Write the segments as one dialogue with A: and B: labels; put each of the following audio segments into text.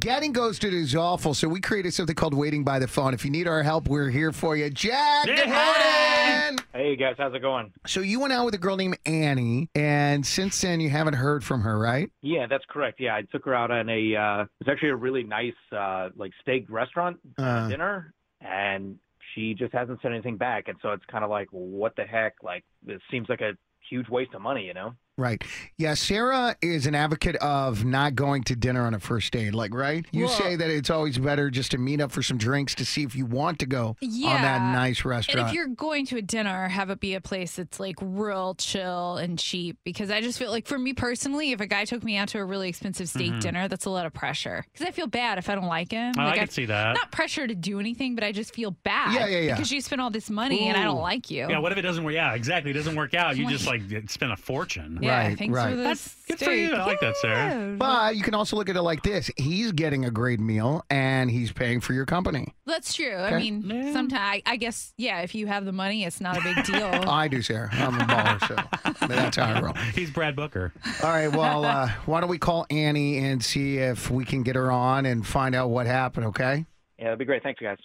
A: Getting ghosted is awful, so we created something called Waiting by the Phone. If you need our help, we're here for you. Jack, good morning.
B: Hey guys, how's it going?
A: So you went out with a girl named Annie, and since then you haven't heard from her, right?
B: Yeah, that's correct. Yeah, I took her out on a uh it's actually a really nice uh like steak restaurant
A: Uh,
B: dinner and she just hasn't said anything back and so it's kind of like what the heck like this seems like a huge waste of money, you know?
A: right. Yeah, Sarah is an advocate of not going to dinner on a first date, like, right? You say that it's always better just to meet up for some drinks to see if you want to go on that
C: Yeah.
A: nice
C: And if
A: restaurant.
C: you're Mhm. going to a dinner, have it be a place that's like real chill and cheap. Because I just feel like, for me personally, if a guy took me out to a really expensive steak dinner, that's a lot of pressure. Because I feel bad if I don't like him.
D: Mm-hmm. Oh, I
C: like
D: can see that.
C: Not pressure to do anything, but I just feel bad.
A: Yeah, yeah, yeah.
C: Because you spent all this money and I don't
D: Ooh.
C: like you.
D: Yeah, what if it doesn't work? Yeah, exactly. It doesn't work out. You just like spend a fortune.
C: Yeah,
A: Right,
C: thanks
A: right.
C: for the
D: That's good for you.
C: steak.
D: I like that, Sarah.
C: Yeah.
A: but you can also look at it like this he's getting a great meal, and he's paying for your company.
C: That's true.
A: Okay.
C: I mean,
D: Yeah.
C: sometimes I, I guess, yeah, if you have the money, it's not a big deal.
A: Oh, I do, Sarah. I'm a baller, so that's how I roll.
D: He's Brad Booker.
A: All right. Well, uh, why don't we call Annie and see if we can get her on and find out what happened? Okay.
B: Yeah, that'd be great. Thanks guys.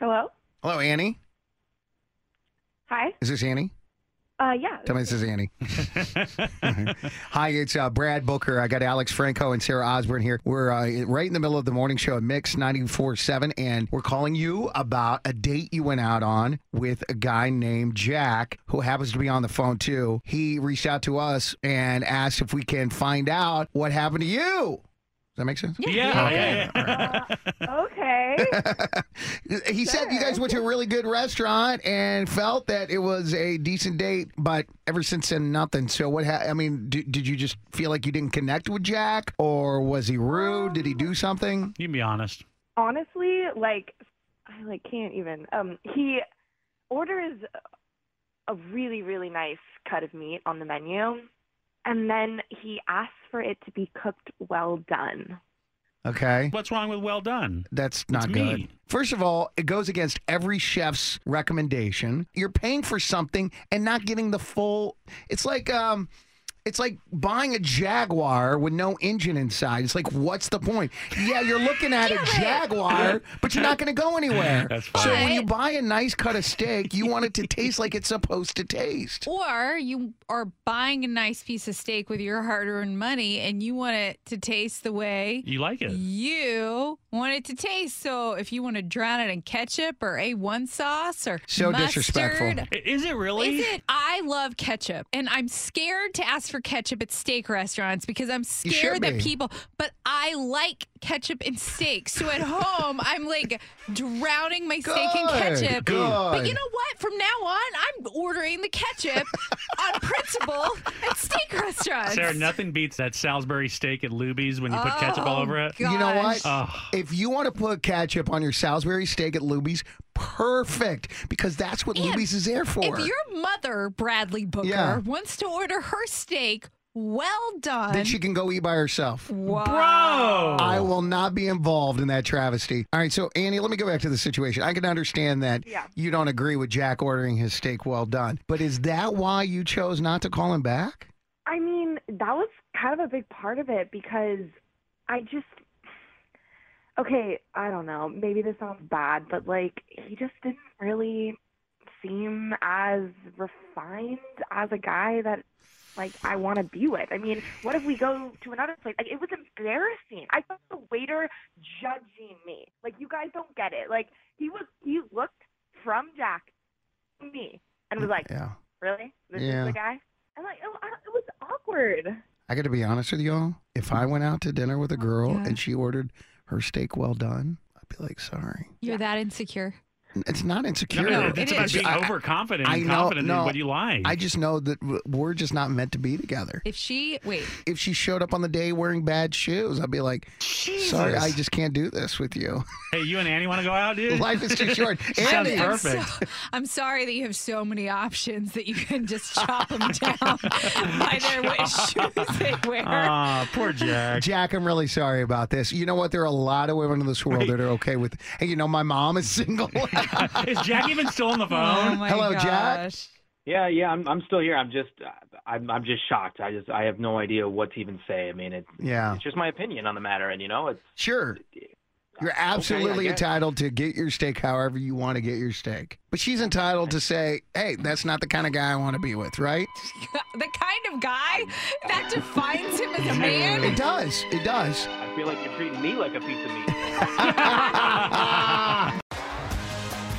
E: Hello.
A: Hello, Annie.
E: Hi.
A: Is this Annie?
E: Uh, yeah.
A: Tell me this is Annie. Hi, it's uh, Brad Booker. I got Alex Franco and Sarah Osborne here. We're uh, right in the middle of the morning show at Mix 94.7, and we're calling you about a date you went out on with a guy named Jack, who happens to be on the phone too. He reached out to us and asked if we can find out what happened to you. Does that make sense?
D: Yeah, yeah, yeah.
E: Okay.
A: He said you guys went to a really good restaurant and felt that it was a decent date, but ever since then, nothing. So, what ha- I mean, d- did you just feel like you didn't connect with Jack or was he rude? Did he do something?
D: You can be honest.
E: Honestly, like I like can't even. Um, he orders a really really nice cut of meat on the menu, and then he asks for it to be cooked well done.
A: Okay.
D: What's wrong with well done?
A: That's not
D: It's
A: good.
D: mean.
A: First of all, it goes against every chef's recommendation. You're paying for something and not getting the full. It's like um, it's like buying a Jaguar with no engine inside. It's like, what's the point? Yeah, you're looking at a Jaguar, but you're not going to go anywhere.
D: That's
A: So when
C: fine.
A: you buy a nice cut of steak, you want it to taste like it's supposed to taste.
C: Or you are buying a nice piece of steak with your hard earned money and you want it to taste the way
D: You like it.
C: you want it to taste. So if you want to drown it in ketchup or A1 sauce or
A: So
C: mustard,
A: disrespectful.
D: I- Is it really?
C: Is it? I love ketchup, and I'm scared to ask for ketchup at steak restaurants because I'm
A: You should
C: scared that
A: be.
C: people. But I like ketchup and steak, so at home I'm like drowning my steak in
A: Good,
C: ketchup.
A: good.
C: But you know what? From now on, I'm ordering the ketchup on principle at steak restaurants.
D: Sarah, nothing beats that Salisbury steak at Luby's when you put ketchup all
C: Oh,
D: over it. Oh.
A: You know what?
C: gosh.
D: Ugh.
A: If you want to put ketchup on your Salisbury steak at Luby's, perfect, because that's what
C: And
A: Luby's is there for.
C: If your mother, Bradley Booker,
A: Yeah.
C: wants to order her steak well done,
A: then she can go eat by herself.
C: wow.
D: Bro!
C: Oh,
A: I will not be involved in that travesty. All right, so Annie, let me go back to the situation. I can understand that
E: Yeah.
A: you don't agree with Jack ordering his steak well done, but is that why you chose not to call him back?
E: I mean, that was kind of a big part of it because I just okay, I don't know. Maybe this sounds bad, but like he just didn't really seem as refined as a guy that like I want to be with. I mean, what if we go to another place? Like it was embarrassing. I felt the waiter judging me. Like you guys don't get it. Like he was he looked from Jack to me and was like,
A: Yeah.
E: "Really? This
A: Yeah.
E: is the guy?" I'm like, "Oh, I, it was awkward."
A: I got to be honest with y'all. If I went out to dinner with a girl
C: yeah.
A: and she ordered her steak well done, I'd be like, sorry.
C: You're that insecure.
A: It's not insecure.
D: No,
C: No,
D: it's
C: it
D: about
C: is.
D: being
A: I-
D: overconfident
A: I
D: and
A: know-
D: confident
A: no,
D: in what you like.
A: I just know that w- we're just not meant to be together.
C: If she wait,
A: If she showed up on the day wearing bad shoes, I'd be like, "Sorry, I just can't do this with you.
D: hey, you and Annie want to go out, dude?
A: Life is too short."
D: Sounds
A: Andy,
C: I'm
D: perfect.
C: so- I'm sorry that you have so many options that you can just chop them down by their which shoes they wear.
D: Ah, poor Jack.
A: Jack, I'm really sorry about this. You know what? There are a lot of women in this world that are okay with. Hey, you know, my mom is single.
D: Is Jack even still on the
C: oh
D: phone?
C: my
A: Hello, Jack.
C: gosh.
B: Yeah, yeah, I'm I'm still here. I'm just uh, I'm I'm just shocked. I just I have no idea what to even say. I mean, it,
A: yeah,
B: it's just my opinion on the matter, and you know, it's
A: sure. You're absolutely
B: guess.
A: entitled to get your steak however you want to get your steak. But she's entitled to say, hey, that's not the kind of guy I want to be with, right?
C: The kind of guy that defines him as a
A: It
C: man.
A: does. It does.
B: I feel like you're treating me like a piece of meat.